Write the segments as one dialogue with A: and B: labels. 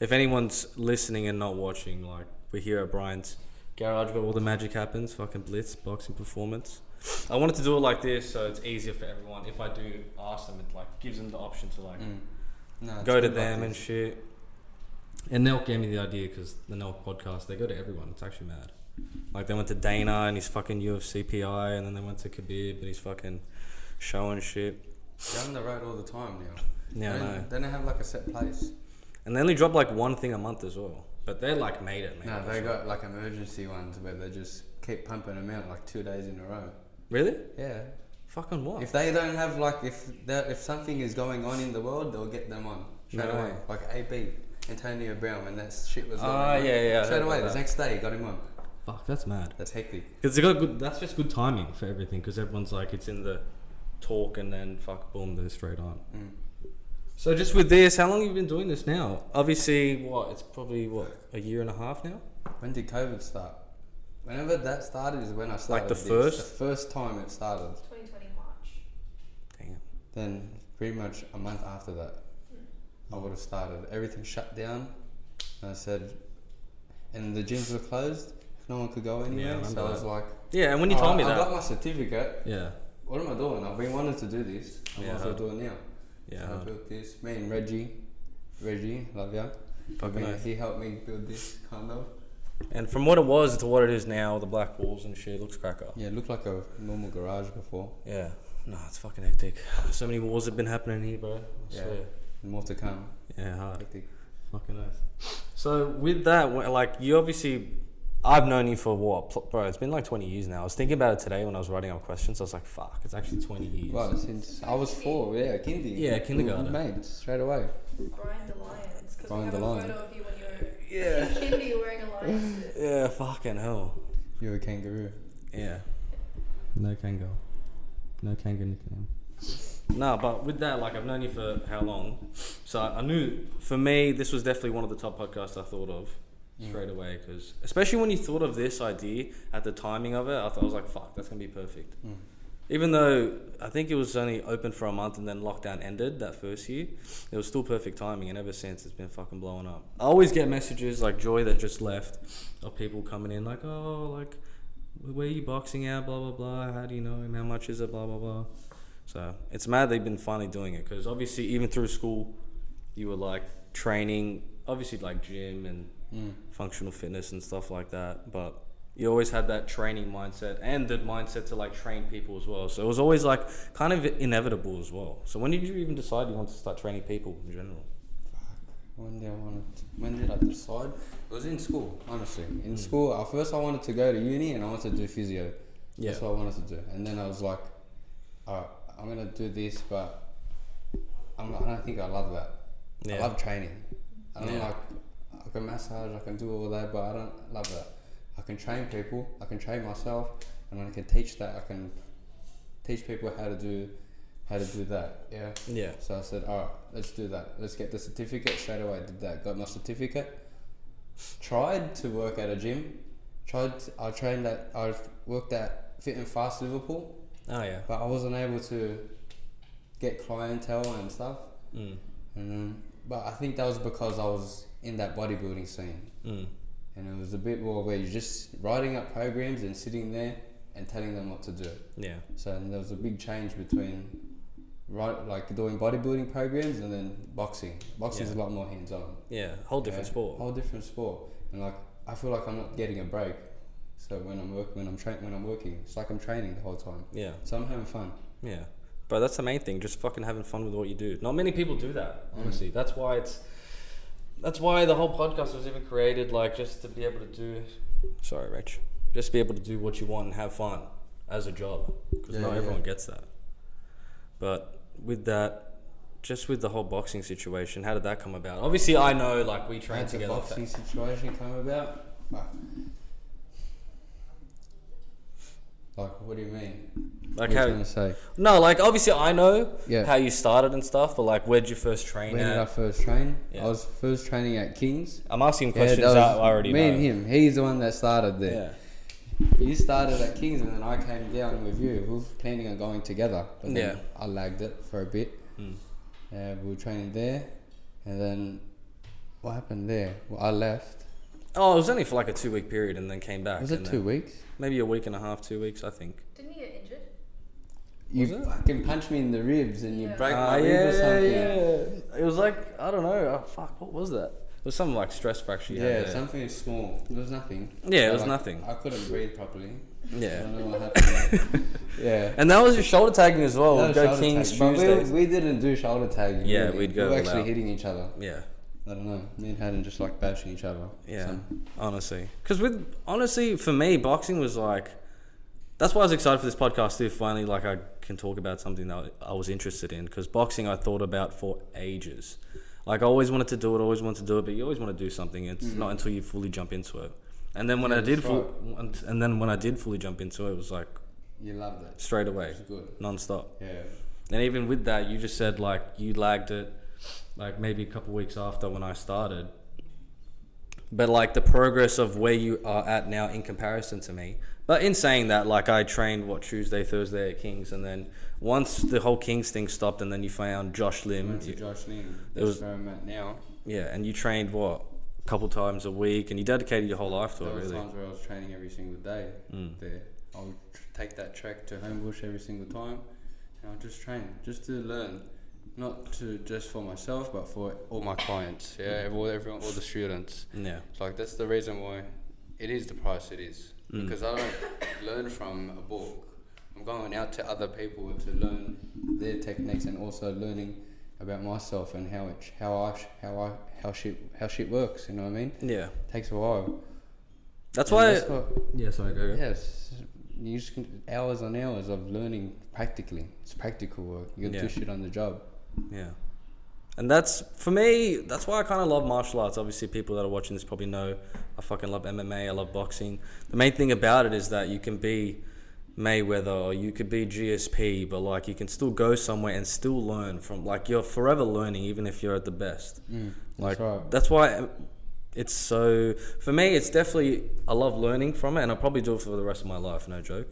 A: if anyone's listening and not watching, like we're here at Brian's garage where all the magic happens, fucking blitz, boxing performance. I wanted to do it like this so it's easier for everyone. If I do ask them, it like gives them the option to like
B: Mm. No, it's
A: go to
B: good like
A: them
B: this.
A: and shit. And Nelk gave me the idea because the Nelk podcast, they go to everyone. It's actually mad. Like they went to Dana and his fucking UFC PI, and then they went to Khabib and his fucking show and shit.
B: They're on the road all the time now.
A: Yeah, I
B: they, don't-
A: know.
B: they don't have like a set place.
A: And they only drop like one thing a month as well. But they like made it, man.
B: No, they got like emergency ones where they just keep pumping them out like two days in a row.
A: Really?
B: Yeah.
A: Fucking what?
B: If they don't have like if that if something is going on in the world, they'll get them on straight
A: No
B: away.
A: way.
B: Like AB Antonio Brown when that shit was.
A: Ah,
B: going on.
A: yeah, yeah, I
B: Straight
A: heard
B: away,
A: about
B: the
A: that.
B: next day, got him on.
A: Fuck, that's mad.
B: That's hectic.
A: Because they got good. That's just good timing for everything. Because everyone's like, it's in the talk, and then fuck, boom, they're straight on.
B: Mm.
A: So just with this, how long have you been doing this now? Obviously, what it's probably what a year and a half now.
B: When did COVID start? Whenever that started is when I started.
A: the
B: this.
A: first?
B: The first time it started.
C: 2020 March.
A: Damn.
B: Then pretty much a month after that, I would have started. Everything shut down. And I said, and the gyms were closed. No one could go anywhere.
A: I
B: so
A: remember
B: I was
A: that.
B: like,
A: Yeah, and when you told
B: "Alright,
A: me
B: Oh, I got
A: that,
B: my certificate.
A: yeah,
B: What am I doing? I've been wanting to do this. I might as
A: Yeah.
B: well do it now.
A: yeah,
B: So I
A: hard.
B: built this. Me and Reggie, Reggie, love ya.
A: fucking.
B: He-
A: oath.
B: He helped me build this kind of.
A: And from what it was to what it is now, the black walls and shit looks cracker.
B: Yeah, it looked like a normal garage before.
A: Yeah, no, it's fucking hectic. So many wars have been happening here, bro. I
B: Yeah.
A: swear.
B: More to come.
A: yeah, hard.
B: Hectic.
A: Fucking earth. So with that, wh- like you obviously, I've known you for what, pl- bro? It's been like twenty years now. I was thinking about it today when I was writing up questions. I was like, fuck, it's actually twenty years.
B: Right, since I was four, yeah, kindy.
A: Yeah, kindergarten.
B: Mate, straight away.
C: Brian the Lions. Because we
B: Brian
C: have
B: the
C: a
B: Lion.
C: photo of you when you're
A: Yeah.
C: in kindy wearing a lion suit.
A: Yeah, fucking hell.
B: You're a kangaroo.
A: Yeah.
B: No kangaroo. No kangaroo nickname.
A: No, but with that, like I've known you for how long? So I knew for me this was definitely one of the top podcasts I thought of
B: Mm.
A: straight away because especially when you thought of this idea at the timing of it, I thought I was like, fuck, that's gonna be perfect.
B: Mm.
A: Even though I think it was only open for a month and then lockdown ended that first year, it was still perfect timing, and ever since it's been fucking blowing up. I always get messages like Joy that just left of people coming in like, oh, like where are you boxing at? Blah blah blah. How do you know him? How much is it? Blah blah blah. So it's mad they've been finally doing it because obviously even through school, you were like training, obviously like gym and
B: Mm.
A: functional fitness and stuff like that. But you always had that training mindset and the mindset to like train people as well. So it was always like kind of inevitable as well. So when did you even decide you wanted to start training people in general?
B: When did I want to, when did I decide? It was in school, honestly.
A: Hmm.
B: In school, at first I wanted to go to uni and I wanted to do physio. That's what I wanted to do. And then I was like, alright, I'm gonna do this, but I'm, I don't think I love that. I
A: Yeah.
B: love training. I don't
A: Yeah.
B: like. I can massage. I can do all that, but I don't love that. I can train people. I can train myself, and when I can teach that, I can teach people how to do how to do that. Yeah.
A: Yeah.
B: So I said, all right, let's do that. Let's get the certificate straight away. Did that. Got my certificate. Tried to work at a gym. Tried. To, I trained at. I worked at Fit and Fast Liverpool,
A: Oh yeah.
B: but I wasn't able to get clientele and stuff.
A: Mm.
B: And then, but I think that was because I was in that bodybuilding scene,
A: Mm.
B: and it was a bit more where you're just writing up programs and sitting there and telling them what to do.
A: Yeah.
B: So and there was a big change between right like doing bodybuilding programs and then boxing. Boxing's
A: Yeah.
B: a lot more hands on.
A: Yeah. Whole different sport.
B: Whole different sport. And like I feel like I'm not getting a break. So when I'm work when I'm tra- when I'm working, it's like I'm training the whole time.
A: Yeah.
B: So I'm having fun.
A: Yeah. But that's the main thing, just fucking having fun with what you do. Not many people do that,
B: Mm.
A: honestly. That's why it's that's why the whole podcast was even created, like just to be able to do sorry, Rich. Just be able to do what you want and have fun as a job. Because
B: Yeah,
A: not
B: yeah.
A: everyone gets that. But with that just with the whole boxing situation, how did that come about? Obviously I know like we
B: How
A: trained
B: did the
A: together.
B: boxing situation come about? Fuck. Like, what do you mean?
A: Like
B: What are
A: how
B: you trying to say?
A: No, like obviously I know
B: Yeah.
A: how you started and stuff, but like where'd you first train
B: Where did I
A: at?
B: first train?
A: Yeah.
B: I was first training at Kings.
A: I'm asking
B: Yeah,
A: questions
B: that was
A: that I already
B: me
A: know.
B: and him. He's the one that started there.
A: Yeah.
B: You started at Kings, and then I came down with you. We were planning on going together, but then
A: Yeah.
B: I lagged it for a bit.
A: Mm.
B: Uh, we were training there, and then What happened there? Well, I left.
A: Oh, it was only for like a two week period and then came back.
B: Was it
A: and
B: two
A: then-
B: weeks?
A: Maybe a week and a half, two weeks, I think.
C: Didn't you get injured?
B: You
A: it?
B: fucking punched me in the ribs and you
C: Yeah.
B: broke
A: Ah,
B: my rib or something. Yeah,
A: It was like I don't know. Oh, fuck, what was that? It was some like stress fracture. you had there.
B: something small. It was nothing.
A: Yeah, it
B: But,
A: was
B: like,
A: nothing.
B: I couldn't breathe properly. I
A: Yeah.
B: don't know what happened. yeah.
A: And that was your shoulder tagging as well.
B: That
A: We'd
B: was
A: go
B: shoulder
A: Kings
B: tag. But
A: Tuesdays.
B: We, we didn't do shoulder tagging.
A: Yeah,
B: really.
A: we'd go
B: We were
A: all
B: actually
A: out.
B: hitting each other.
A: yeah.
B: I don't know. Me and Haddon just like bashing each other.
A: Yeah,
B: Some-
A: honestly, because with honestly for me, boxing was like that's why I was excited for this podcast too. Finally, like I can talk about something that I was interested in because boxing I thought about for ages. Like I always wanted to do it, always wanted to do it, but you always want to do something. It's not until you fully jump into it. And then when
B: Mm-hmm. Yeah,
A: I did,
B: that's
A: fu- and- and then when I did fully jump into it, it was like
B: you loved it.
A: straight away,
B: It was good.
A: nonstop.
B: Yeah.
A: And even with that, you just said like you lagged it, like maybe a couple weeks after when I started. But like the progress of where you are at now in comparison to me. But in saying that, like I trained what Tuesday, Thursday at Kings, and then once the whole Kings thing stopped, and then you found Josh Lim,
B: Went to
A: you-
B: Josh Lynn.
A: It was-
B: That's where I'm at now.
A: yeah, and you trained what a couple times a week, and you dedicated your whole life to
B: There
A: it,
B: was
A: Oh, really. Hmm.
B: times where I was training every single day there. I would tr- take that track to Homebush every single time, and I would just train, just to learn, not to just for myself, but for all my clients, yeah, all everyone, all the students.
A: Yeah,
B: It's like that's the reason why it is the price it is
A: Mm.
B: because I don't learn from a book. I'm going out to other people to learn their techniques and also learning about myself and how it, how I, sh- how I, how shit, how shit works. You know what I mean?
A: yeah.
B: takes a while.
A: That's
B: And
A: why.
B: that's what-
A: yeah, sorry, go
B: Yes, you just can, hours on hours of learning practically. It's practical work. You can
A: Yeah.
B: do shit on the job.
A: Yeah. And that's for me. That's why I kind of love martial arts. Obviously, people that are watching this probably know I fucking love MMA. I love boxing. The main thing about it is that you can be Mayweather or you could be GSP, but like you can still go somewhere and still learn from. Like you're forever learning, even if you're at the best.
B: Mm,
A: Like
B: That's right.
A: that's why um, it's so. For me, it's definitely I love learning from it, and I'll probably do it for the rest of my life. No joke.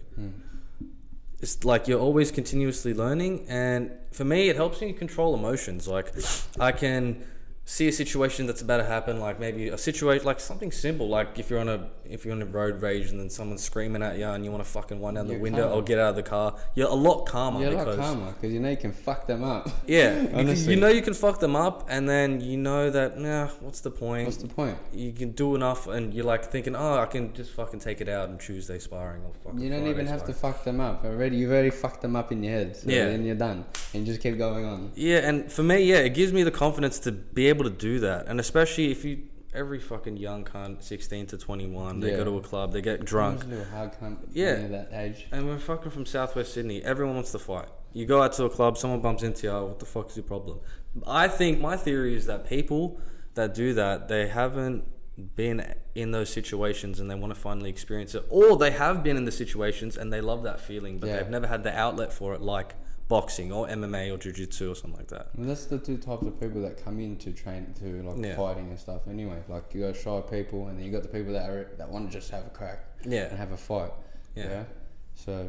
A: It's like you're always continuously learning, and for me, it helps me control emotions. Like I can see a situation that's about to happen, like maybe a situation like something simple, like if you're on a if you're on a road rage and then someone's screaming at you and you want to fucking run down the
B: You're
A: window
B: calm.
A: or get out of the car, you're a lot calmer
B: You're a
A: because
B: lot calmer because you know you can fuck them up.
A: yeah, you-
B: Honestly.
A: you know you can fuck them up, and then you know that nah, what's the point?
B: What's the point?
A: you can do enough, and you're like thinking, oh, I can just fucking take it out on Tuesday sparring or fucking.
B: You don't
A: Friday
B: even have to
A: sparring."
B: fuck them up. Already, you've already fucked them up in your head. So
A: Yeah.
B: Then you're done, and you just keep going on.
A: Yeah, and for me, yeah, it gives me the confidence to be able to do that, and especially if you every fucking young cunt, sixteen to twenty one, they
B: Yeah. Mm-hmm.
A: go to a club, they get drunk,
B: Usually a hard cunt when
A: Yeah.
B: you're that age.
A: and we're fucking from Southwest Sydney. Everyone wants to fight. You go out to a club, someone bumps into you. Oh, what the fuck is your problem? I think my theory is that people that do that, they haven't been in those situations and they want to finally experience it, or they have been in the situations and they love that feeling, but
B: Yeah.
A: they've never had the outlet for it, like boxing or MMA or jiu-jitsu or something like that.
B: Well, that's the two types of people that come in to train to like
A: Yeah.
B: fighting and stuff. Anyway, like you got shy people, and then you got the people that are, that want to just have a crack
A: Yeah.
B: and have a fight.
A: Yeah.
B: So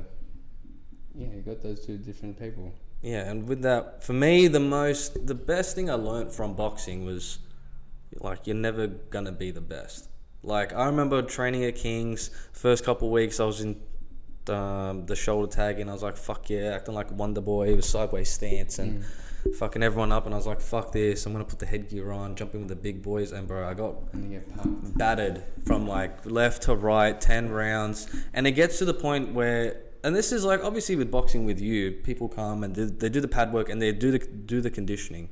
B: yeah, you got those two different people.
A: Yeah, and with that, for me, the most, the best thing I learnt from boxing was like you're never gonna be the best. Like I remember training at Kings first couple weeks, I was in um, the shoulder tag and I was like, fuck yeah, acting like Wonder Boy with sideways stance and fucking everyone up, and I was like, fuck this, I'm gonna put the headgear on, jump in with the big boys, and bro, I got
B: And you get pumped.
A: battered from like left to right, 10 rounds. And it gets to the point where, and this is like obviously with boxing with you, people come and they, they do the pad work and they do the, do the conditioning.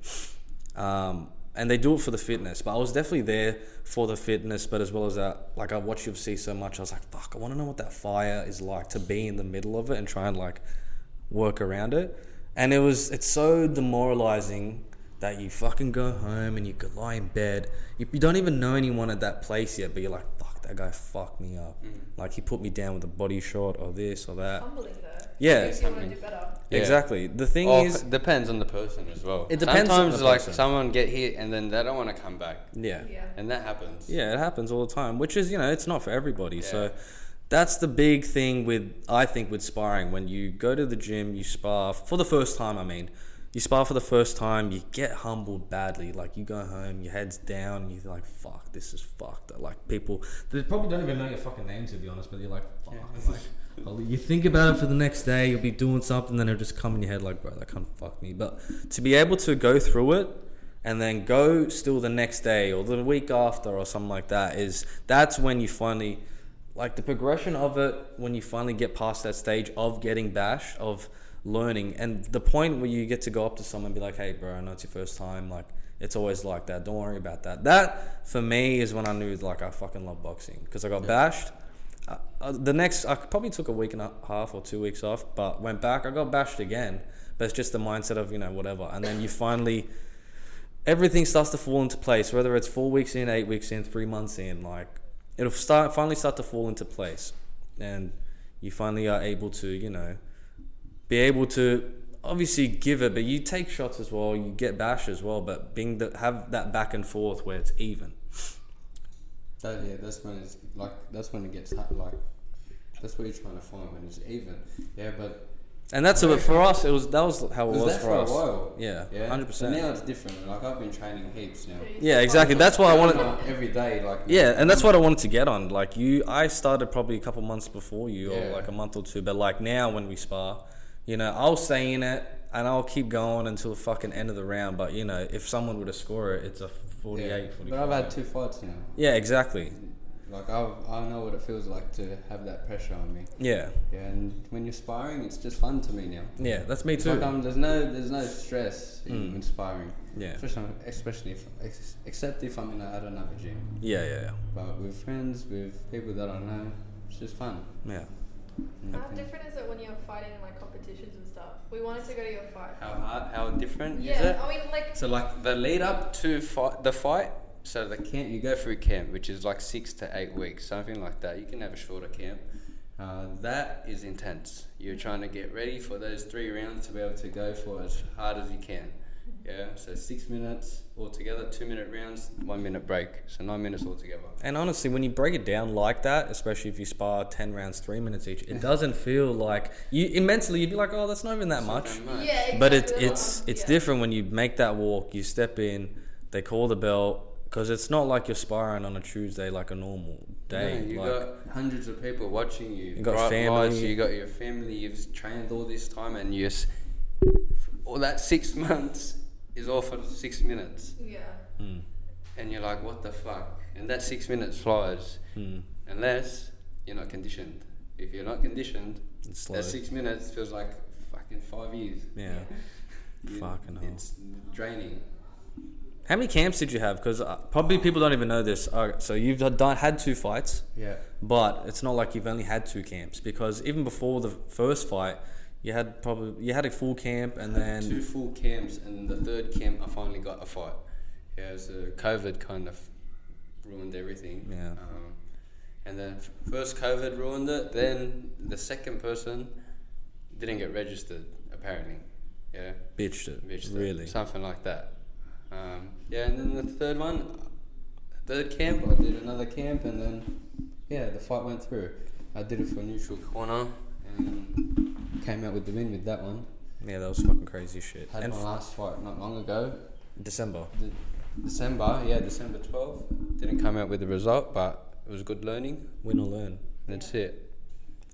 A: Um, and they do it for the fitness. But I was definitely there for the fitness, but as well as that, like I watch UFC so much, I was like, fuck, I wanna know what that fire is like to be in the middle of it and try and like work around it. And it was it's so demoralizing that you fucking go home and you could lie in bed. You, you don't even know anyone at that place yet, but you're like, fuck, that guy fucked me up.
B: Mm.
A: Like he put me down with a body shot or this or that.
C: Humbling though.
A: Yeah.
C: Makes you want to do better.
B: Yeah.
A: Exactly. The thing
B: Or
A: is,
B: Oh, depends on the person as well.
A: It depends on
B: Sometimes
A: the
B: like
A: person.
B: someone get hit and then they don't want to come back,
A: yeah.
C: Yeah.
B: and that happens.
A: Yeah, it happens all the time, which is, you know, it's not for everybody.
B: Yeah.
A: So that's the big thing with, I think, with sparring. When you go to the gym, you spar for the first time, I mean, you spar for the first time, you get humbled badly. Like you go home, your head's down, and you're like, "Fuck, this is fucked." Like people, they probably don't even know your fucking name to be honest. But you're like, "Fuck." like, holy- you think about it for the next day. You'll be doing something, then it'll just come in your head like, "Bro, that can't fuck me." But to be able to go through it and then go still the next day or the week after or something like that is that's when you finally like the progression of it when you finally get past that stage of getting bashed of learning and the point where you get to go up to someone and be like hey bro i know it's your first time like it's always like that don't worry about that that for me is when i knew like i fucking love boxing because i got bashed uh, uh, the next i probably took a week and a half or two weeks off but went back i got bashed again but it's just the mindset of you know whatever and then you finally everything starts to fall into place, whether it's four weeks in, eight weeks in, three months in, like it'll start finally start to fall into place. And you finally are able to, you know, be able to obviously give it, but you take shots as well, you get bashed as well, but being the have that back and forth where it's even.
B: That yeah, that's when it's like that's when it gets hot, like that's what you're trying to find when it's even. Yeah, but
A: And that's a, for us it was that was how it
B: was
A: was,
B: that
A: for,
B: for a
A: us.
B: while?
A: Yeah.
B: yeah,
A: Hundred
B: But Now
A: percent.
B: it's different. Like I've been training heaps now.
A: Yeah, exactly. That's why I wanted
B: Like, every day. Like
A: Yeah, and that's what I wanted to get on. Like you, I started probably a couple months before you,
B: Yeah.
A: or like a month or two. But like now, when we spar, you know, I'll stay in it and I'll keep going until the fucking end of the round. But you know, if someone were to score it, it's a 48,
B: yeah.
A: 45.
B: But I've had two fights now.
A: yeah, exactly.
B: Like I, I know what it feels like to have that pressure on me.
A: Yeah,
B: Yeah, and when you're sparring, it's just fun to me now.
A: yeah, that's me
B: It's
A: too.
B: like um, there's no there's no stress in, in sparring.
A: Hmm. yeah,
B: Especially, especially if, ex- except if I'm in a, at another gym.
A: yeah, yeah,
B: But with friends, with people that I know, it's just fun.
A: yeah. yeah.
C: How different is it when you're fighting in like competitions and stuff? We wanted to go to your fight.
B: How hard, how different is it?
C: yeah, oh. I mean like
B: So like the lead up to fight, the fight. So the camp you go through camp, which is like six to eight weeks, something like that. You can have a shorter camp. Uh, that is intense. You're trying to get ready for those three rounds to be able to go for as hard as you can. Yeah. So six minutes altogether, two minute rounds, one minute break. So nine minutes altogether.
A: And honestly, when you break it down like that, especially if you spar 10 rounds, three minutes each, it doesn't feel like you mentally you'd be like, oh, that's not even that much.
C: yeah, exactly
A: but it's
C: that's
A: it's
C: what-
A: it's
C: yeah.
A: different when you make that walk. You step in, they call the bell because it's not like you're sparring on a Tuesday like a normal day.
B: you
A: like,
B: got hundreds of people watching you.
A: You got
B: bright
A: family.
B: lights, you got your family. You've trained all this time, and you s- all that six months is all for six minutes,
C: Yeah.
A: Mm,
B: and you're like, what the fuck? And that six minutes flies,
A: hmm,
B: unless you're not conditioned. If you're not conditioned,
A: it's slow.
B: that six minutes feels like fucking five years.
A: yeah.
B: You-
A: Fucking hell.
B: It's draining.
A: How many camps did you have? Because uh, probably people don't even know this. All right, so you've done had two fights.
B: Yeah.
A: but it's not like you've only had two camps because even before the first fight, you had probably you had a full camp and
B: two
A: then
B: full camps, and the third camp, I finally got a fight. Yeah, it was uh, COVID kind of ruined everything.
A: Yeah.
B: Um, and then f- first COVID ruined it. Then the second person didn't get registered, apparently. Yeah,
A: bitched it.
B: registered,
A: really?
B: something like that. Um, yeah, and then the third one, third camp, I did another camp, and then yeah, the fight went through. I did it for neutral corner and came out with the win with that one.
A: Yeah, that was fucking crazy shit.
B: Had
A: and
B: my
A: f-
B: last fight not long ago.
A: December.
B: The- December, yeah, December 12th. Didn't come out with the result, but it was good learning.
A: Win or learn.
B: That's it.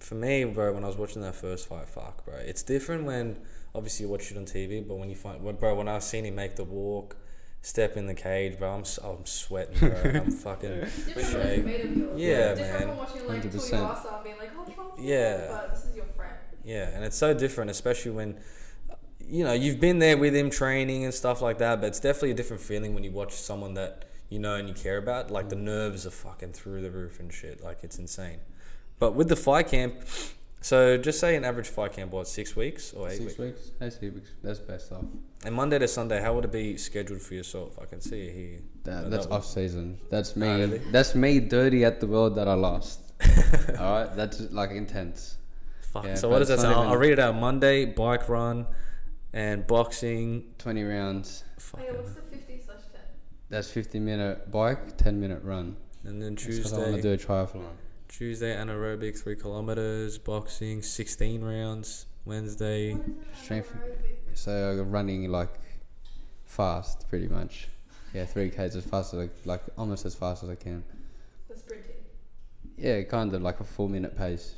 A: For me, bro, when I was watching that first fight, fuck, bro. It's different when obviously you watch it on TV, but when you find, well, bro, when I seen him make the walk, step in the cage, bro, I'm s- I'm sweating, bro. I'm fucking
C: Different
A: Shake.
C: when it's made of yours.
A: Yeah,
C: different
A: man.
C: from watching like pull your
B: 100%.
C: ass out and being like, oh, fuck you,"
A: Yeah.
C: But this is your friend.
A: yeah, and it's so different, especially when. You know, you've been there with him training and stuff like that, but it's definitely a different feeling when you watch someone that you know and you care about. Like the nerves are fucking through the roof and shit. Like it's insane. But with the fight camp, so just say an average fight camp was six weeks or eight weeks.
B: Six weeks? That's six weeks. That's best off.
A: And Monday to Sunday, how would it be scheduled for yourself? I can see it here.
B: That,
A: No,
B: that's
A: that
B: off season. That's me.
A: really?
B: That's me dirty at the world that I lost. All right? That's like intense.
A: Fuck.
B: Yeah,
A: so
B: but
A: what does that
B: it's
A: say?
B: not
A: I'll,
B: even-
A: I'll read it out. Monday bike run, and boxing.
B: 20 rounds.
A: Fuck.
C: Hey, what's the 50 slash 10?
B: That's 50 minute bike, 10 minute run.
A: And then
B: That's 'cause I want to
A: Tuesday,
B: do a triathlon.
A: Tuesday anaerobic three kilometers, boxing sixteen rounds. Wednesday,
C: What is it?
B: Strength-
C: Anaerobic.
B: so uh, running like fast, pretty much. Yeah, three k's as fast as I, like almost as fast as I can.
C: The sprinting.
B: Yeah, kind of like a four minute pace.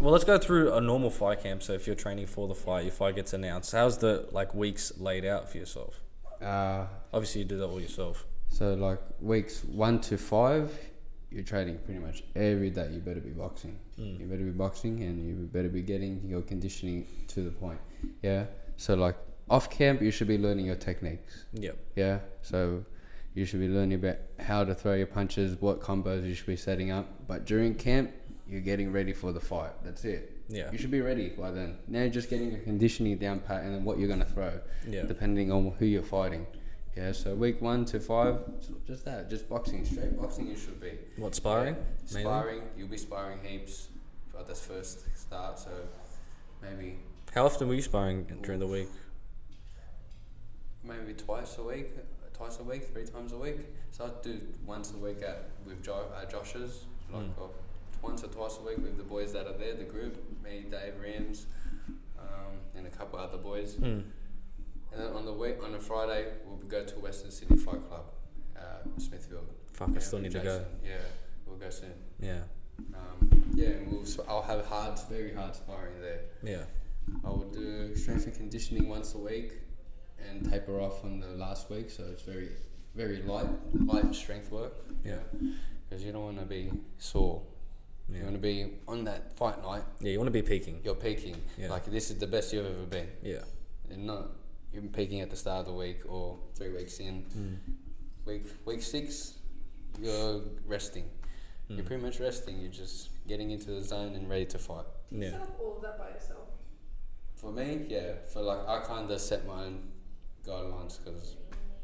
A: Well, let's go through a normal fire camp. So, if you're training for the fight, your fight gets announced. How's the like weeks laid out for yourself?
B: Uh,
A: Obviously, you do that all yourself.
B: so like weeks one to five, you're training pretty much every day. You better be boxing. You better be boxing, and you better be getting your conditioning to the point. Yeah. So like off camp, you should be learning your techniques.
A: Yep.
B: Yeah. So you should be learning about how to throw your punches, what combos you should be setting up. But during camp, you're getting ready for the fight. That's it.
A: Yeah.
B: You should be ready by then. Now you're just getting your conditioning down pat and then what you're gonna throw,
A: Yeah.
B: depending on who you're fighting. Yeah. So week one to five, so just that, just boxing, straight boxing. You should be
A: What sparring? mainly?
B: sparring. You'll be sparring heaps. But that's first start. So maybe
A: How often were you sparring during the week?
B: maybe twice a week, twice a week, three times a week. So I do once a week at with jo- uh, Josh's, like
A: Hmm.
B: or once or twice a week with the boys that are there, the group, me, Dave Rams, um, and a couple other boys.
A: Mm.
B: And then Uh, on the week on a Friday, we'll go to Western City Fight Club, uh, Smithfield.
A: Fuck, I
B: Yeah,
A: still
B: with
A: need to go.
B: Jason. Yeah, we'll go soon.
A: Yeah.
B: Um, yeah, and we'll. Sp- I'll have hard, very hard sparring there.
A: Yeah.
B: I would do strength and conditioning once a week and taper off on the last week, so it's very, very light, light strength work.
A: Yeah.
B: Because you don't want to be sore.
A: Yeah.
B: You want to be on that fight night,
A: Yeah. You want to be peaking.
B: you're peaking.
A: Yeah.
B: Like, this is the best you've ever been.
A: Yeah.
B: And not, you're peaking at the start of the week or three weeks in. Week, week six, you're resting. You're pretty much resting, you're just getting into the zone and ready to fight.
C: You
A: Yeah.
C: set up all of that by yourself.
B: For me, yeah. For like, I kind of set my own guidelines because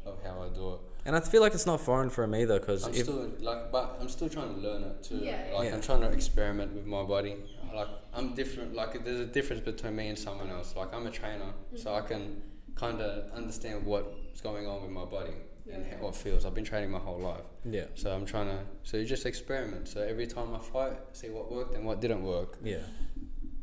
B: of how I do it.
A: And I feel like it's not foreign for me though, because
B: I'm
A: if
B: still like, but I'm still trying to learn it too.
C: Yeah, yeah.
B: Like,
A: Yeah.
B: I'm trying to experiment with my body. Like, I'm different. Like, there's a difference between me and someone else. Like, I'm a trainer, so
C: Mm-hmm.
B: I can kind of understand what's going on with my body and
C: Yeah.
B: how it feels. I've been training my whole life,
A: yeah,
B: so I'm trying to. So you just experiment. So every time I fight, see what worked and what didn't work,
A: yeah,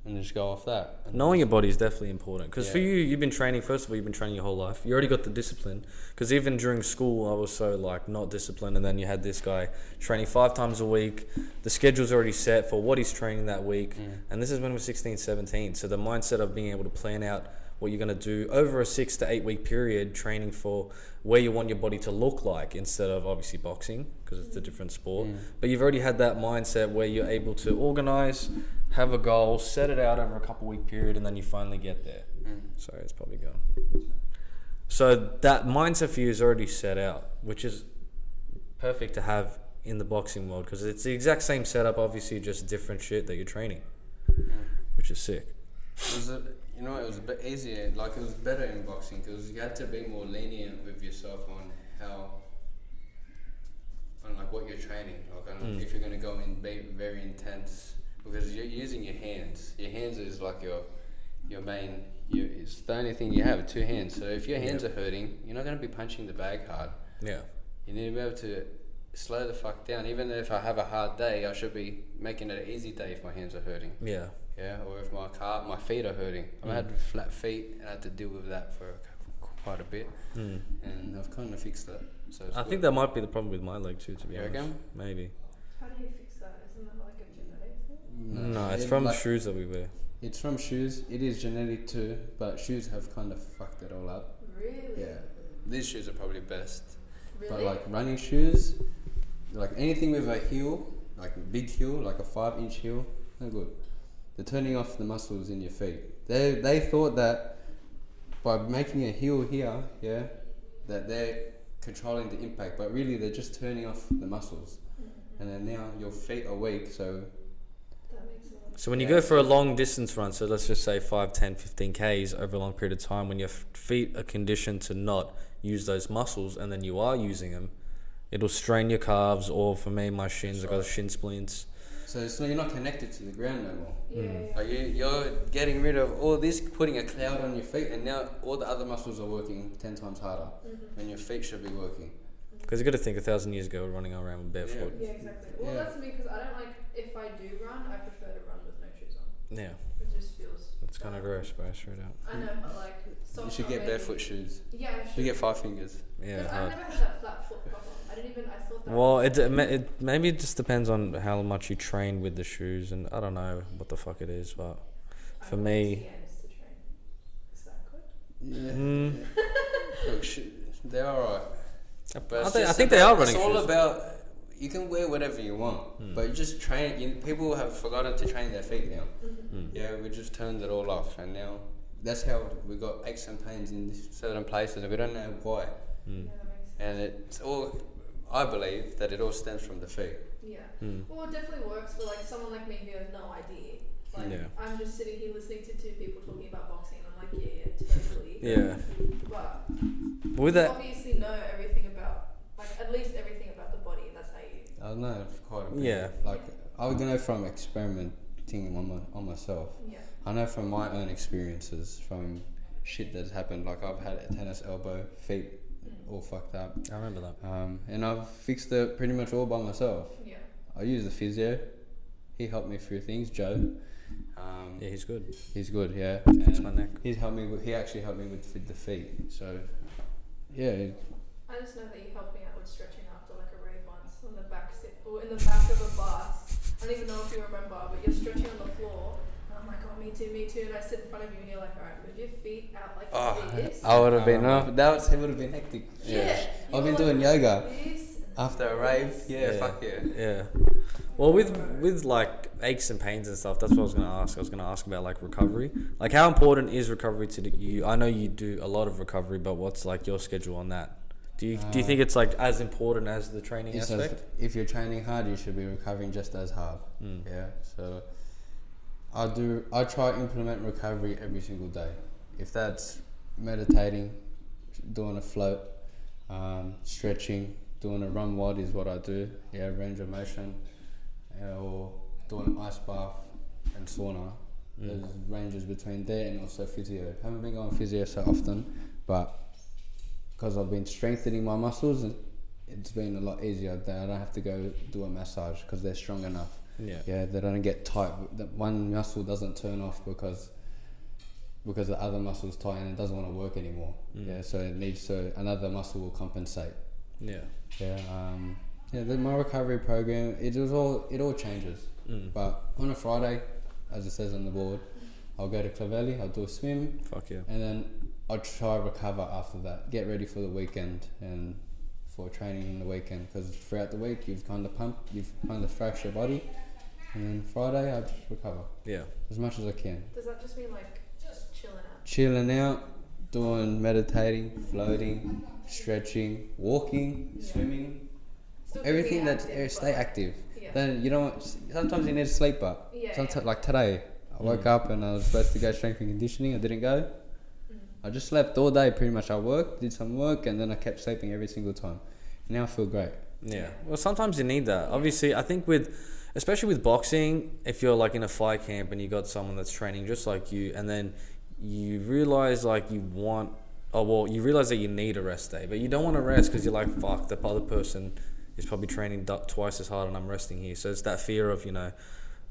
B: and just go off that. And
A: knowing your body is definitely important. Because for
B: Yeah.
A: you, you've been training. First of all, you've been training your whole life. You already got the discipline. Because even during school, I was so like not disciplined, and then you had this guy training five times a week. The schedule's already set for what he's training that week, and this is when we're 16, 17. So the mindset of being able to plan out what you're going to do over a six to eight week period training for where you want your body to look like instead of obviously boxing because it's a different sport but you've already had that mindset where you're able to organize have a goal set it out over a couple week period and then you finally get there
B: Mm.
A: sorry it's probably gone so that mindset for you is already set out which is perfect to have in the boxing world because it's the exact same setup obviously just different shit that you're training
B: Mm.
A: which is sick
B: It was a, you know, it was a bit easier. Like it was better in boxing because you had to be more lenient with yourself on how, on like what you're training. Like on if you're gonna go in be very intense because you're using your hands. Your hands is like your your main. You, it's the only thing you have. Two hands. So if your hands are hurting, you're not gonna be punching the bag hard.
A: yeah
B: You need to be able to slow the fuck down. Even if I have a hard day, I should be making it an easy day if my hands are hurting.
A: yeah
B: Yeah, or if my car, my feet are hurting. I've
A: Mm.
B: had flat feet and I had to deal with that for quite a bit,
A: Mm.
B: and I've kind of fixed that. So it's
A: I
B: good.
A: think that might be the problem with my leg too. To be
B: You
A: honest,
B: reckon?
A: maybe.
C: How do you fix that? Isn't that like a genetic thing?
B: Mm.
A: No, it's from shoes that we wear.
B: it's from shoes. It is genetic too, but shoes have kind of fucked it all up.
C: Really?
B: these shoes are probably best.
C: Really?
B: But like running shoes, like anything with a heel, like a big heel, like a five inch heel, no good. They're turning off the muscles in your feet. They they thought that by making a heel here, yeah, that they're controlling the impact, but really they're just turning off the muscles. And then now your feet are weak, so
C: Mm-hmm. that makes a lot of
A: So when you
B: Yeah.
A: go for a long distance run, so let's just say 5, 10, 15 Ks over a long period of time, when your f- feet are conditioned to not use those muscles and then you are using them, it'll strain your calves or for me, my shins, I've got shin splints.
B: so it's not, you're not connected to the ground no more.
C: Yeah, yeah.
B: Hmm. Like you, you're getting rid of all this, putting a cloud on your feet, and now all the other muscles are working ten times harder,
C: Mm-hmm.
B: when your feet should be working.
A: Because you got to think, a thousand years ago, we're running around with barefoot.
C: Yeah, exactly. Well,
B: Yeah.
C: that's me because I don't like if I do run, I prefer to run with no shoes on.
A: Yeah.
C: Which is just feels.
A: It's kind of gross, bro. Straight out.
C: I know, but like.
B: You
C: socks
B: should
C: are
B: get
C: ready.
B: barefoot shoes.
C: Yeah, I should.
B: You get five fingers.
A: Yeah.
C: Because
A: it's
C: I've
A: hard.
C: never had that flat foot problem. I didn't even. I thought that.
A: Well, it, it ma- it maybe it just depends on how much you train with the shoes, and I don't know what the fuck it is, but
C: I
A: for
C: want
A: me-
C: TNs to train. Is that good?
B: Yeah.
A: Mm.
B: Look, shoe- they're alright. But
A: I,
B: it's
A: think, I
B: just
A: think they are
B: about-
A: running
B: It's all
A: shoes. Hmm.
B: about you can wear whatever you want, but you just train. You, people have forgotten to train their feet now.
A: Mm.
B: Yeah, we just turned it all off, and now that's how we got aches and pains in certain places, and we don't know why.
A: mm,
C: Yeah, that makes sense.
B: And it's all, I believe that it all stems from the feet.
C: Yeah.
A: mm.
C: Well, it definitely works for like someone like me who has no idea. Like
A: Yeah.
C: I'm just sitting here listening to two people talking about boxing. I'm like, yeah, yeah, totally.
A: Yeah.
C: But
A: With
C: you
A: that,
C: obviously know everything about, like at least everything about the body. That's how you.
B: I don't know, it's quite a bit.
A: Yeah.
B: Like I would go from experimenting on, my, on myself.
C: Yeah.
B: I know from my own experiences, from shit that's happened. Like I've had a tennis elbow, feet all fucked up.
A: I remember that.
B: Um, and I've fixed it pretty much all by myself.
C: Yeah.
B: I use the physio. He helped me through things, Joe. Um,
A: Yeah, he's good.
B: He's good, yeah.
A: Fixed
B: And
A: my neck.
B: He's helped me. With, he actually helped me with, with the feet. So, yeah, it-
C: I just know that you helped me out with stretching after like a rave once on the back sit or in the back of a bus. I don't even know if you remember, but you're stretching on the floor. And I'm like, oh, me too, me too. And I sit in front of you, and you're like, all right, move your feet out like
B: Oh,
C: this.
B: I would have been.
A: Um,
B: up. that was, it would have been hectic.
C: Yeah.
B: I've been
C: You're
B: doing
C: like
B: yoga
C: This and
B: after a rave. Yeah,
A: Yeah.
B: fuck yeah.
A: Yeah. Well, with with like aches and pains and stuff, that's what I was gonna ask. I was gonna ask about like recovery. Like, how important is recovery to the- you? I know you do a lot of recovery, but what's like your schedule on that? Do you do you think it's like as important as the training
B: It's as-
A: aspect? Hmm.
B: if you're training hard, you should be recovering just as hard. Yeah. So I do. I try implement recovery every single day. If that's meditating, doing a float, um, stretching, doing a run wide is what I do. Yeah, range of motion, uh, or doing ice bath and sauna.
A: Hmm.
B: There's ranges between there and also physio. Haven't been going physio so often, but because I've been strengthening my muscles, and it's been a lot easier. That I don't have to go do a massage because they're strong enough.
A: Yeah.
B: Yeah, they don't get tight. That one muscle doesn't turn off because because the other muscle's tight and it doesn't want to work anymore. Yeah, so it needs to another muscle will compensate.
A: Yeah.
B: Yeah. Um, yeah, the, my recovery program it was all it all changes. But on a Friday, as it says on the board, I'll go to Clavelli. I'll do a swim
A: Fuck yeah.
B: and then I try recover after that. Get ready for the weekend and for training in the weekend because throughout the week you've kind of pumped, you've kind of thrashed your body, and then Friday I just recover
A: Yeah.
B: as much as I can.
C: Does that just mean like just chilling out?
B: Chilling out, doing meditating, floating, stretching, walking,
C: Yeah.
B: swimming,
C: Still keeping
B: everything
C: it
B: that's
C: active,
B: eh,
C: but-
B: stay active.
C: Yeah.
B: Then you don't. Sometimes you need a sleeper.
C: Yeah,
B: Sometimes like today, I woke up and I was supposed to go strength and conditioning. I didn't go.
C: Mm.
B: I just slept all day. Pretty much, I worked, did some work, and then I kept sleeping every single time. Now I feel great.
A: Yeah. Well, sometimes you need that. Obviously, I think with, especially with boxing, if you're like in a fight camp and you got someone that's training just like you, and then you realize like you want, oh well, you realize that you need a rest day, but you don't want to rest because you're like, fuck, the other person is probably training du- twice as hard and I'm resting here. So it's that fear of you know,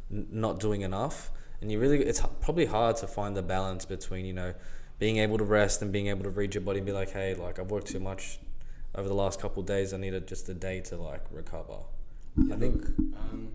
A: n- not doing enough, and you really, it's h- probably hard to find the balance between you know. Being able to rest and being able to read your body and be like, hey, like I've worked too much over the last couple of days, I needed just a day to like recover. I think
B: Um,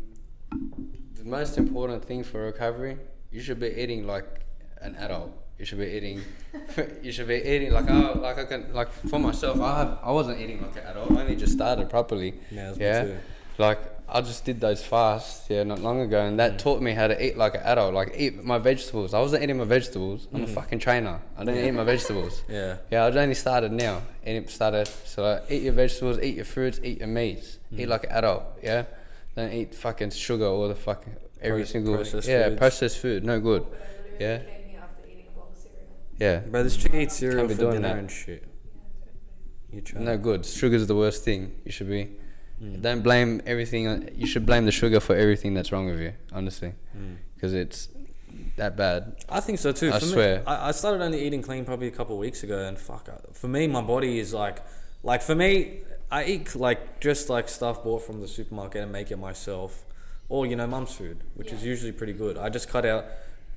B: the most important thing for recovery, you should be eating like an adult. You should be eating. you should be eating like I like I can like for myself. I have I wasn't eating like an adult. I only just started properly.
A: Yeah, that's me
B: yeah.
A: too.
B: Like I just did those fasts, yeah, not long ago, and
A: Mm.
B: that taught me how to eat like an adult. Like eat my vegetables. I wasn't eating my vegetables. I'm a fucking trainer. I didn't eat my vegetables.
A: Mm. Yeah.
B: Yeah, I've only started now. And it started so like, eat your vegetables, eat your fruits, eat your meats.
A: Mm.
B: Eat like an adult, yeah? Don't eat fucking sugar or the fucking every
A: Pro-
B: single
A: processed
B: Yeah,
A: foods.
B: processed food, no good.
C: I literally
B: Yeah.
C: came here after eating a bowl of cereal.
B: Yeah.
A: Bro, this chick eats cereal
B: Can't be
A: for
B: doing
A: dinner
B: that.
A: and shit. You try.
B: No good. Sugar's the worst thing. You should be
A: Mm.
B: don't blame everything on- you should blame the sugar for everything that's wrong with you, honestly.
A: Mm.
B: Because it's that bad.
A: I think so too.
B: I
A: For me-
B: swear.
A: I, I started only eating clean probably a couple of weeks ago, and fuck, I- for me, my body is like, like for me, I eat like just like stuff bought from the supermarket and make it myself, or you know, mum's food, which is
C: Yeah.
A: usually pretty good. I just cut out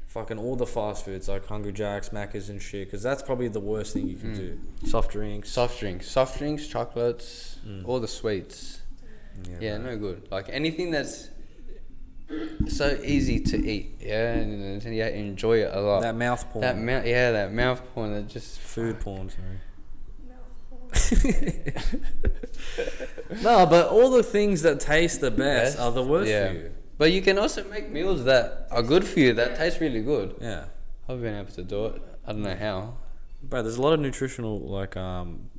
A: fucking all the fast foods like Hungry Jacks, Macca's, and shit, because that's probably the worst thing you can do. Hmm. Soft drinks.
B: Soft drinks, soft drinks, chocolates,
A: Mm.
B: all the sweets.
A: yeah,
B: Yeah, no good. Like anything that's so easy to eat. Yeah, and, and yeah, enjoy it a lot.
A: Oh. That mouth porn.
B: That mouth, yeah, that mouth porn that just
A: food porn. Sorry.
C: No.
A: no, but all the things that taste the best,
B: Best?
A: are the worst
B: Yeah.
A: for you.
B: But you can also make meals that are good for you, that taste really good.
A: Yeah,
B: I've been able to do it. I don't know how.
A: bro. There's a lot of nutritional like um,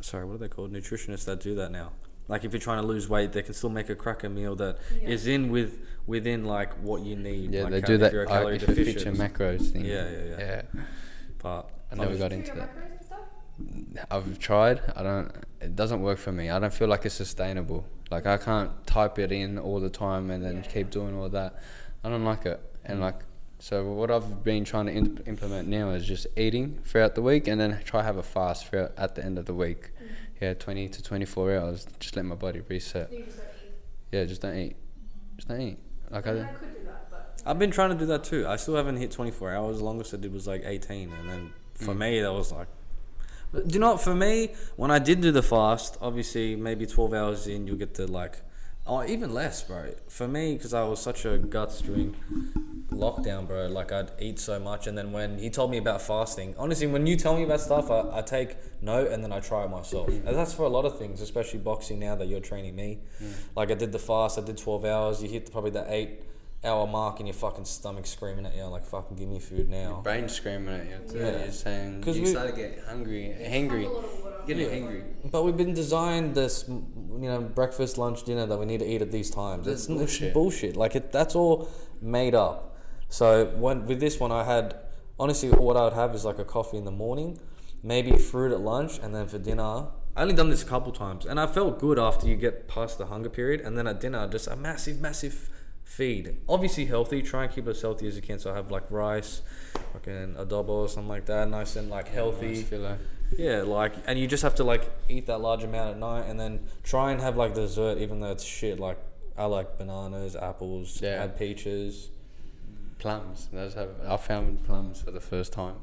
A: sorry, what are they called? Nutritionists that do that now. Like if you're trying to lose weight, they can still make a cracker meal that is
C: Yeah.
A: in with within like what you need.
B: Yeah,
A: like
B: they
A: cal-
B: do
A: if
B: that.
A: you're a
B: uh,
A: calorie
B: if it fits your
A: deficient.
B: macros thing.
A: Yeah, yeah, yeah. But
B: I never got
C: Do
B: into
C: your
B: that.
C: macros and stuff?
B: I've tried. I don't. It doesn't work for me. I don't feel like it's sustainable. Like I can't type it in all the time and then
C: Yeah. Mm.
B: keep doing all that. I don't like it. And like, so what I've been trying to imp- implement now is just eating throughout the week and then try have a fast for at the end of the week.
C: Mm.
B: Yeah, twenty to twenty four hours. Just let my body reset.
C: You just don't eat.
B: Yeah, just don't eat. Just don't eat. Like
C: I,
B: I.
C: mean, I could do that, but
A: I've been trying to do that too. I still haven't hit 24 hours. The longest I did was like 18, and then for me that was like. But Do you know what? For me, when I did do the fast, obviously maybe 12 hours in, you'll get to like, oh even less, bro. For me, because I was such a guts during lockdown, bro. Like I'd eat so much, and then when he told me about fasting, honestly, when you tell me about stuff, I, I take note and then I try it myself. And that's for a lot of things, especially boxing. Now that you're training me, like I did the fast, I did 12 hours. You hit probably the eight hour mark, and your fucking stomach screaming at you, like fucking give me food now.
B: Brain screaming at you. Too.
A: Yeah.
B: You're saying
A: 'Cause
B: you
A: we-
B: start to get hungry,
C: have a
B: hangry,
C: lot of water.
B: getting
C: Yeah.
B: hangry.
A: But we've been designed this, you know, breakfast, lunch, dinner that we need to eat at these times.
B: That's
A: It's bullshit.
B: bullshit.
A: It's bullshit. Like it, that's all made up. So when with this one, I had honestly what I would have is like a coffee in the morning, maybe fruit at lunch, and then for dinner. I only done this a couple times, and I felt good after you get past the hunger period, and then at dinner, just a massive, massive feed. Obviously healthy. Try and keep as healthy as you can. So I have like rice, fucking adobo or something like that, nice and like healthy.
B: Nice filler.
A: Yeah, like, and you just have to like eat that large amount at night, and then try and have like dessert, even though it's shit. Like, I like bananas, apples,
B: Yeah.
A: add peaches.
B: Plums. Those have I found plums for the first time.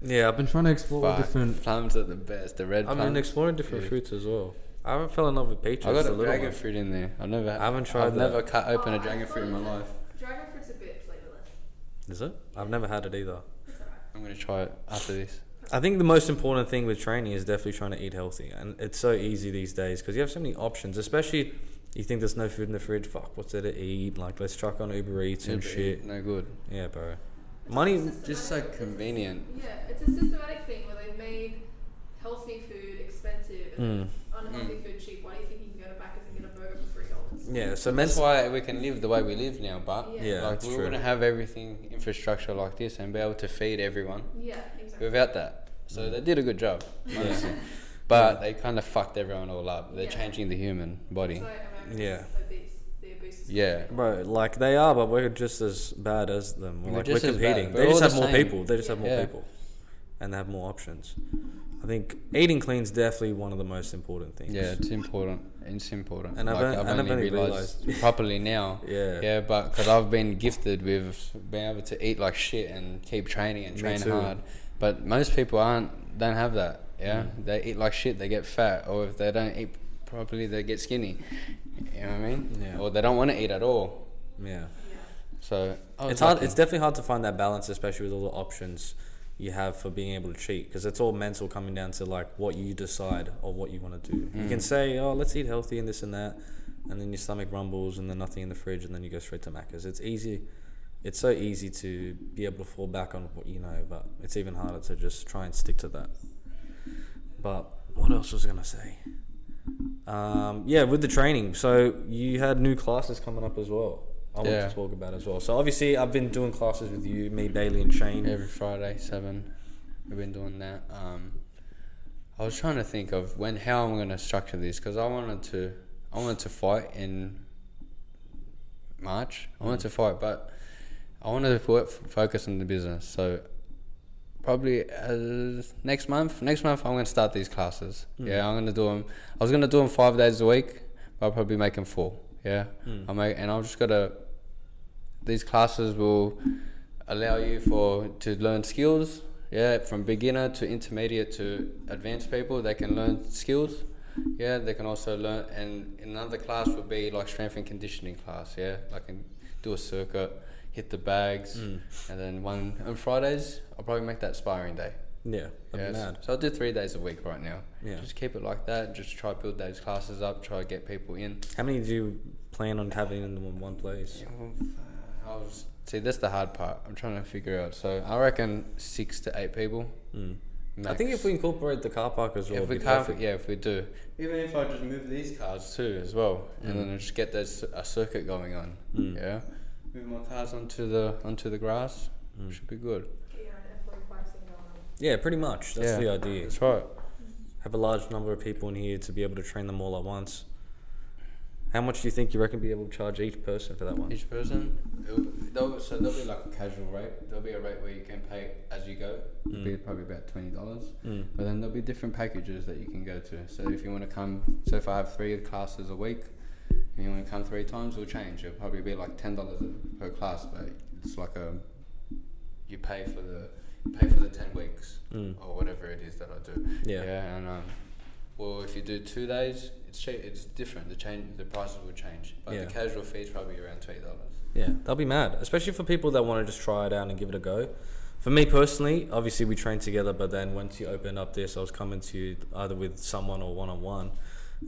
A: Yeah, I've been trying to explore
B: Fuck, plums are the best. The red
A: I've
B: plums.
A: been exploring different
B: Yeah.
A: fruits as well. I haven't fell in love with peaches.
B: I got
A: the
B: a
A: little
B: dragon
A: one.
B: fruit in there. I've never.
A: I haven't tried
B: I've
A: that.
B: never cut open
C: Oh,
B: a
C: I
B: dragon fruit in my
C: thought
B: life.
C: it's- Dragon fruit's a bit flavorless.
A: Is it? I've never had it either.
C: It's alright.
B: I'm gonna try it after this.
A: I think the most important thing with training is definitely trying to eat healthy, and it's so easy these days because you have so many options. Especially, you think there's no food in the fridge. Fuck, what's there to eat? Like, let's chuck on Uber Eats and
B: Uber
A: shit.
B: Eats, No good.
A: Yeah, bro. Money.
C: It's a
B: Just so
C: systematic-
B: convenient.
C: Yeah, it's a systematic thing where they've made healthy food expensive and
A: Mm.
B: Hmm.
C: unhealthy food cheap. Why do you think you can go to Macca's and get a burger for three dollars?
A: Yeah, so men's
B: That's why we can live the way we live now, but
C: Yeah.
A: Yeah,
B: like
A: that's
B: we
A: true.
B: wouldn't have everything infrastructure like this and be able to feed everyone
C: Yeah, exactly.
B: without that. So they did a good job,
A: Mm. Yeah.
B: honestly. But they kind of fucked everyone all up. They're
C: Yeah.
B: changing the human body.
C: So America's
A: Yeah.
C: obese. The obese is
B: Yeah.
A: Bro, like they are, but we're just as bad as them. We're
B: We're
A: like we're
B: just as bad.
A: competing.
B: We're
A: They just
B: all
A: have
B: the
A: more
B: same.
A: people. They just have more
B: Yeah.
A: people, and they have more options. I think eating clean is definitely one of the most important things.
B: Yeah, it's important. It's important.
A: And I've on- and I've only realised-
B: properly now.
A: Yeah.
B: Yeah, but because I've been gifted with being able to eat like shit and keep training and
A: Me
B: train
A: too.
B: hard. But most people aren't don't have that. Yeah,
A: Mm.
B: they eat like shit. They get fat, or if they don't eat properly, they get skinny. You know what I mean?
A: Yeah.
B: Or they don't want to eat at all.
A: yeah.
B: So I was
A: It's hard.
B: Oh, lucky.
A: It's definitely hard to find that balance, especially with all the options you have for being able to cheat, because it's all mental, coming down to like what you decide or what you want to do. You
B: Mm.
A: can say, "Oh, let's eat healthy and this and that," and then your stomach rumbles, and then nothing in the fridge, and then you go straight to Macca's. It's easy. It's so easy to be able to fall back on what you know, but it's even harder to just try and stick to that. But what else was I gonna say? Um, yeah, with the training. So you had new classes coming up as well. I want
B: Yeah.
A: to talk about as well. So obviously, I've been doing classes with you, me, Bailey, and Shane.
B: every Friday seven. We've been doing that. Um, I was trying to think of when how I'm gonna structure this because I wanted to I wanted to fight in March. I wanted to fight, but I wanted to fo- focus on the business. So probably uh, next month. Next month I'm gonna start these classes. Yeah, I'm gonna do them. I was gonna do them five days a week, but I'll probably make them four. Yeah, I make and I've just gotta these classes will allow you for to learn skills. Yeah, from beginner to intermediate to advanced people, they can learn skills. Yeah, they can also learn. And another class would be like strength and conditioning class. Yeah, like in, do a circuit, hit the bags,
A: Mm.
B: and then one on Fridays I'll probably make that sparring day.
A: Yeah, that'd
B: Yes.
A: be mad.
B: So I'll do three days a week right now.
A: Yeah.
B: Just keep it like that. Just try to build those classes up. Try to get people in.
A: How many do you plan on having in one- one place?
B: I was see that's the hard part. I'm trying to figure out. So I reckon six to eight people.
A: Mm. I
B: max.
A: think if we incorporate the car park as well,
B: if
A: it'd
B: we
A: be
B: can't,
A: perfect.
B: yeah, if we do, Mm. even if I just move these cars too as well, and then I just get this a circuit going on.
A: Mm.
B: Yeah. Move my cars onto the onto the grass.
A: Mm.
B: Should be good.
C: Get your own F45 thing going on.
A: Yeah, pretty much. That's
B: Yeah.
A: the idea.
B: That's right.
A: Have a large number of people in here to be able to train them all at once. How much do you think you reckon be able to charge each person for that one?
B: Each person, it'll, they'll, so there'll be like a casual rate. There'll be a rate where you can pay as you go. It'll be probably about twenty dollars.
A: Mm.
B: But then there'll be different packages that you can go to. So if you want to come, so if I have three classes a week, and you want to come three times, it'll change. It'll probably be like ten dollars per class, but it's like a you pay for the you pay for the ten weeks
A: Mm.
B: or whatever it is that I do.
A: Yeah.
B: Yeah, and um, well, if you do two days, it's cheap. It's different. The change, the prices will change. But
A: Yeah.
B: the casual fee's probably around twenty dollars.
A: Yeah, they'll be mad, especially for people that want to just try it out and give it a go. For me personally, obviously we trained together, but then once you opened up this, I was coming to you either with someone or one on one,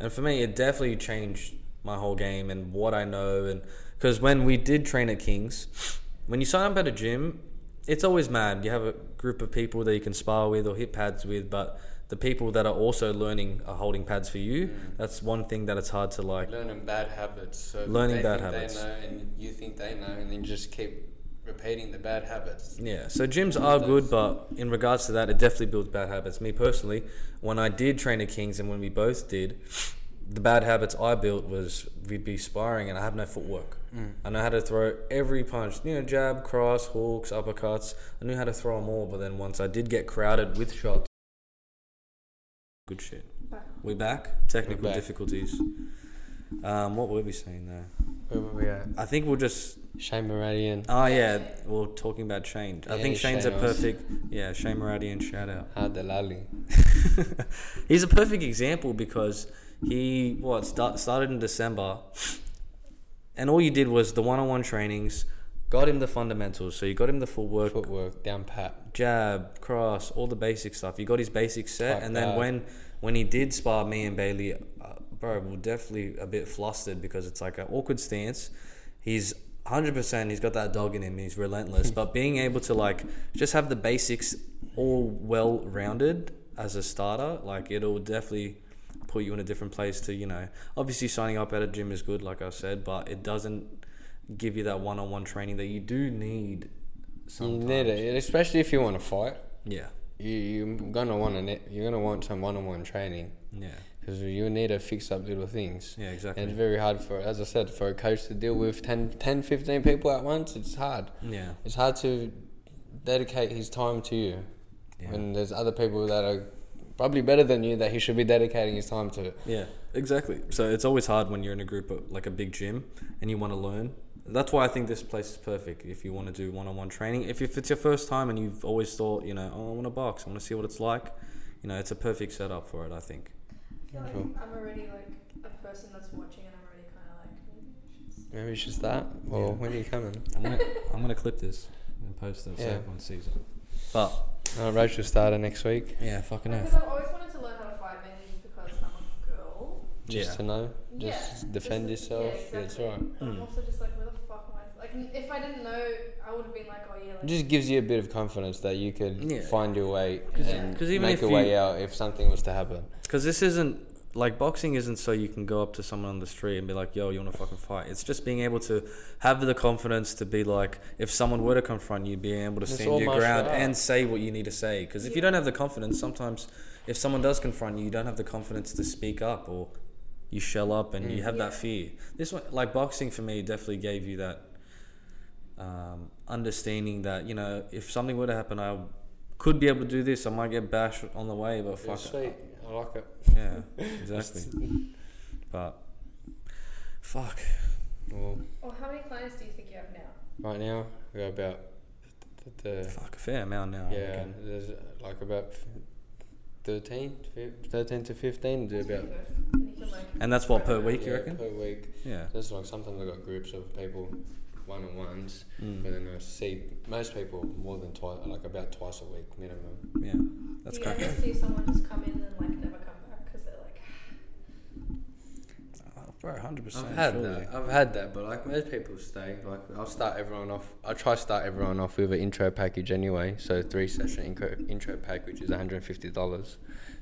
A: and for me it definitely changed my whole game and what I know. And because when we did train at Kings, when you sign up at a gym, it's always mad. You have a group of people that you can spar with or hit pads with, but the people that are also learning are holding pads for you. That's one thing that it's hard to like.
B: Learning bad habits. So
A: Learning
B: they
A: bad
B: think
A: habits.
B: They know, and you think they know, and then just keep repeating the bad habits.
A: Yeah, so gyms are good, but in regards to that, it definitely builds bad habits. Me personally, when I did train at Kings and when we both did, the bad habits I built was we'd be sparring and I have no footwork. I know how to throw every punch, you know, jab, cross, hooks, uppercuts. I knew how to throw them all, but then once I did get crowded with shots, good shit.
C: Back.
A: We back? Technical
B: back.
A: difficulties. Um, what were we saying there?
B: Where were we at?
A: I think we'll just
B: Shane Meridian.
A: Oh yeah, well talking about Shane. I
B: Yeah,
A: think Shane's
B: Shane
A: a
B: Oz.
A: perfect yeah, Shane Maradian shout out.
B: Hadalali.
A: He's a perfect example because he what start, started in December and all you did was the one on one trainings, got him the fundamentals. So you got him the footwork,
B: Footwork, down pat.
A: jab, cross, all the basic stuff. You got his basic set,
B: Like
A: and then
B: that.
A: when when he did spar me and Bailey, uh, bro, we're definitely a bit flustered because it's like an awkward stance. He's hundred percent. He's got that dog in him. He's relentless. but being able to like just have the basics all well rounded as a starter, like it'll definitely put you in a different place to you know. Obviously, signing up at a gym is good, like I said, but it doesn't give you that one-on-one training that you do need.
B: You
A: Sometimes.
B: need it, especially if you want to fight.
A: Yeah.
B: You, you're gonna want to. You're gonna want some one-on-one training
A: Yeah.
B: because you need to fix up little things.
A: Yeah, exactly.
B: And it's very hard for, as I said, for a coach to deal with 10, 10 15 people at once. It's hard.
A: yeah.
B: It's hard to dedicate his time to you
A: Yeah.
B: when there's other people that are probably better than you that he should be dedicating his time to.
A: Yeah, exactly. So it's always hard when you're in a group of, like a big gym and you want to learn. That's why I think this place is perfect if you want to do one-on-one training. If, if it's your first time and you've always thought, you know, oh, I want to box, I want to see what it's like, you know, it's a perfect setup for it, I think.
C: I feel like
B: Cool.
C: I'm already like a person that's watching and I'm already kind of like, maybe I should
B: Maybe it's just that. Well,
A: Yeah.
B: when are you coming?
A: I'm going to I'm gonna clip this and post it
B: so Yeah.
A: everyone sees it. But,
B: Uh, Rachel started next week.
A: yeah, fucking
C: Because I've always wanted to learn how to fight, mainly just because I'm a girl.
B: Just
A: Yeah.
B: to know.
C: Yeah,
B: Just defend
C: just-
B: yourself.
C: yeah,
B: That's
C: exactly.
B: right.
C: And
A: Hmm.
C: I'm also just like, where the fuck am I? Like, if I didn't know, I would have been like, oh yeah,
B: It
C: like,
B: just gives you a bit of confidence that you could
A: Yeah.
B: find your way
A: 'Cause-
B: and
A: 'cause even
B: make
A: if
B: a
A: you-
B: way out if something was to happen.
A: Because this isn't like boxing isn't so you can go up to someone on the street and be like, "Yo, you want to fucking fight?" It's just being able to have the confidence to be like, if someone were to confront you, being able to
B: It's
A: stand
B: all
A: your
B: martial
A: ground
B: art.
A: and say what you need to say. Because if you don't have the confidence, sometimes if someone does confront you, you don't have the confidence to speak up or you shell up and
B: Mm.
A: you have that fear. This one, like boxing for me, definitely gave you that um, understanding that you know if something were to happen, I could be able to do this. I might get bashed on the way, but fuck, it.
B: Sweet. I like it.
A: Yeah, exactly. but fuck,
B: Well,
C: oh, how many clients do you think you have now?
B: right now we got about Did the
A: Fuck, a fair amount now. I
B: yeah,
A: reckon.
B: there's uh, like about f- 13, fif- 13 to fifteen. Do
C: That's
B: about
C: pretty good. And you can, like,
A: And that's what, per
C: spread it out.
A: week? you
B: yeah,
A: reckon?
B: per week.
A: Yeah.
B: There's like sometimes I got groups of people, one on ones,
A: Mm.
B: but then I see most people more than twice, like about twice a week minimum.
A: Yeah. That's
C: Do you ever
A: cracking.
C: see someone just come in and like never come back because they're like,
A: Oh, bro, 100%.
B: I've had
A: surely.
B: that. I've had that, but like most people stay. Like I'll start everyone off. I try to start everyone off with an intro package anyway. So three session intro, intro package is one hundred and fifty dollars.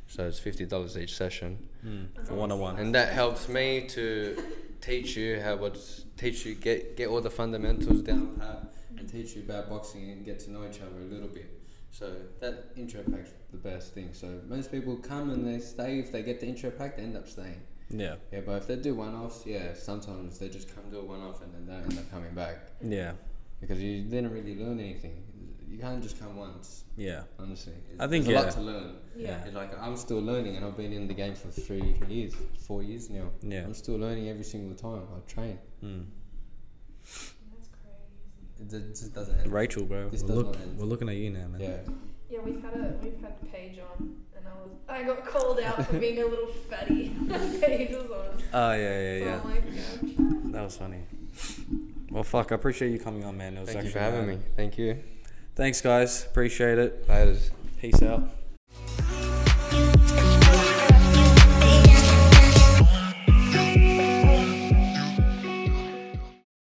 B: So it's fifty dollars each session,
A: Mm. For
C: Oh,
A: one on
C: I see.
A: one.
B: and that helps me to teach you how what's teach you get get all the fundamentals down pat and teach you about boxing and get to know each other a little bit. So that intro pack's the best thing. So most people come and they stay if they get the intro pack, they end up staying.
A: Yeah.
B: Yeah, but if they do one offs, yeah, sometimes they just come do a one off and then they end up coming back
A: Yeah.
B: because you didn't really learn anything. You can't just come once,
A: Yeah.
B: honestly. It's,
A: I think,
B: there's a
A: yeah.
B: lot to learn.
C: yeah,
B: It's like I'm still learning, and I've been in the game for three years, four years now.
A: Yeah.
B: I'm still learning every single time I train.
A: Mm.
C: that's crazy.
B: It d- just doesn't end.
A: Rachel, bro.
B: This
A: We're,
B: does
A: look,
B: not end.
A: we're looking at you now, man.
B: Yeah.
C: Yeah, we've had a we've had Paige on, and I was I got called out for being a little fatty. Paige was on,
A: Oh, yeah, yeah,
C: so
A: yeah.
C: I'm like, yeah.
A: That was funny. Well, fuck, I appreciate you coming on, man. It was
B: Thank you
A: actually
B: for having
A: rad.
B: me. Thank you.
A: Thanks, guys. Appreciate it.
B: Later.
A: Peace out.